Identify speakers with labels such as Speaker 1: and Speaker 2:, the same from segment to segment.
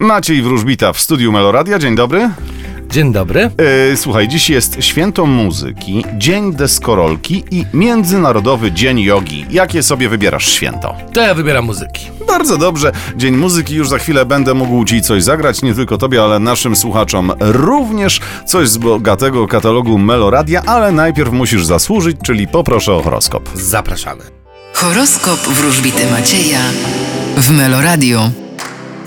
Speaker 1: Maciej Wróżbita w studiu Meloradia, dzień dobry.
Speaker 2: Dzień dobry.
Speaker 1: E, słuchaj, dziś jest Święto Muzyki, Dzień Deskorolki i Międzynarodowy Dzień Jogi. Jakie sobie wybierasz święto?
Speaker 2: To ja wybieram muzyki.
Speaker 1: Bardzo dobrze. Dzień muzyki już za chwilę będę mógł ci coś zagrać, nie tylko tobie, ale naszym słuchaczom również coś z bogatego katalogu Meloradia, ale najpierw musisz zasłużyć, czyli poproszę o horoskop.
Speaker 2: Zapraszamy.
Speaker 3: Horoskop wróżbity Macieja w Meloradio.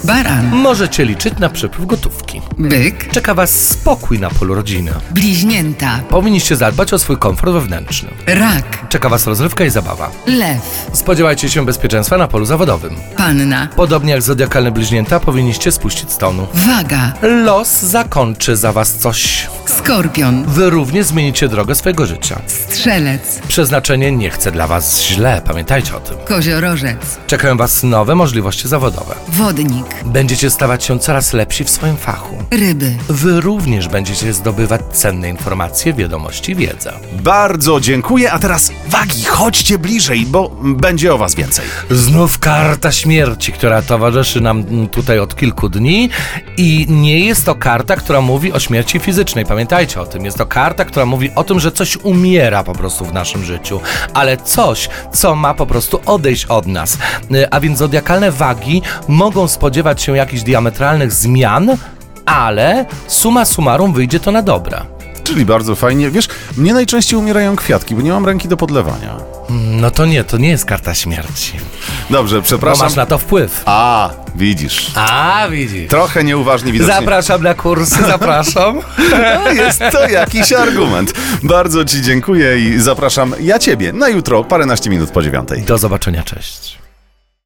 Speaker 3: Baran,
Speaker 2: Możecie liczyć na przepływ gotówki.
Speaker 3: byk,
Speaker 2: Czeka Was spokój na polu rodziny.
Speaker 3: bliźnięta,
Speaker 2: Powinniście zadbać o swój komfort wewnętrzny.
Speaker 3: rak,
Speaker 2: Czeka Was rozrywka i zabawa.
Speaker 3: lew,
Speaker 2: Spodziewajcie się bezpieczeństwa na polu zawodowym.
Speaker 3: panna,
Speaker 2: Podobnie jak zodiakalne bliźnięta, powinniście spuścić z tonu.
Speaker 3: waga,
Speaker 2: Los zakończy za Was coś.
Speaker 3: skorpion,
Speaker 2: Wy również zmienicie drogę swojego życia.
Speaker 3: strzelec,
Speaker 2: Przeznaczenie nie chce dla Was źle, pamiętajcie o tym.
Speaker 3: koziorożec,
Speaker 2: Czekają Was nowe możliwości zawodowe.
Speaker 3: wodnik,
Speaker 2: Będziecie stawać się coraz lepsi w swoim fachu.
Speaker 3: ryby.
Speaker 2: Wy również będziecie zdobywać cenne informacje, wiadomości, wiedzę.
Speaker 1: Bardzo dziękuję, a teraz wagi, chodźcie bliżej, bo będzie o was więcej.
Speaker 2: Znów karta śmierci, która towarzyszy nam mm, tutaj od kilku dni i nie jest to karta, która mówi o śmierci fizycznej. Pamiętajcie o tym. Jest to karta, która mówi o tym, że coś umiera po prostu w naszym życiu, ale coś, co ma po prostu odejść od nas. Y, A więc zodiakalne wagi mogą spodziewać się jakichś diametralnych zmian, ale suma summarum wyjdzie to na dobre.
Speaker 1: Czyli bardzo fajnie. Wiesz, mnie najczęściej umierają kwiatki, bo nie mam ręki do podlewania.
Speaker 2: No to nie, to nie jest karta śmierci.
Speaker 1: Dobrze,
Speaker 2: Bo
Speaker 1: przepraszam.
Speaker 2: masz na to wpływ.
Speaker 1: A, widzisz.
Speaker 2: A, widzisz.
Speaker 1: Trochę nieuważnie widocznie.
Speaker 2: Zapraszam na kursy, zapraszam.
Speaker 1: To jest to jakiś argument. Bardzo ci dziękuję i zapraszam ja ciebie na jutro, paręnaście minut po dziewiątej.
Speaker 2: Do zobaczenia, cześć.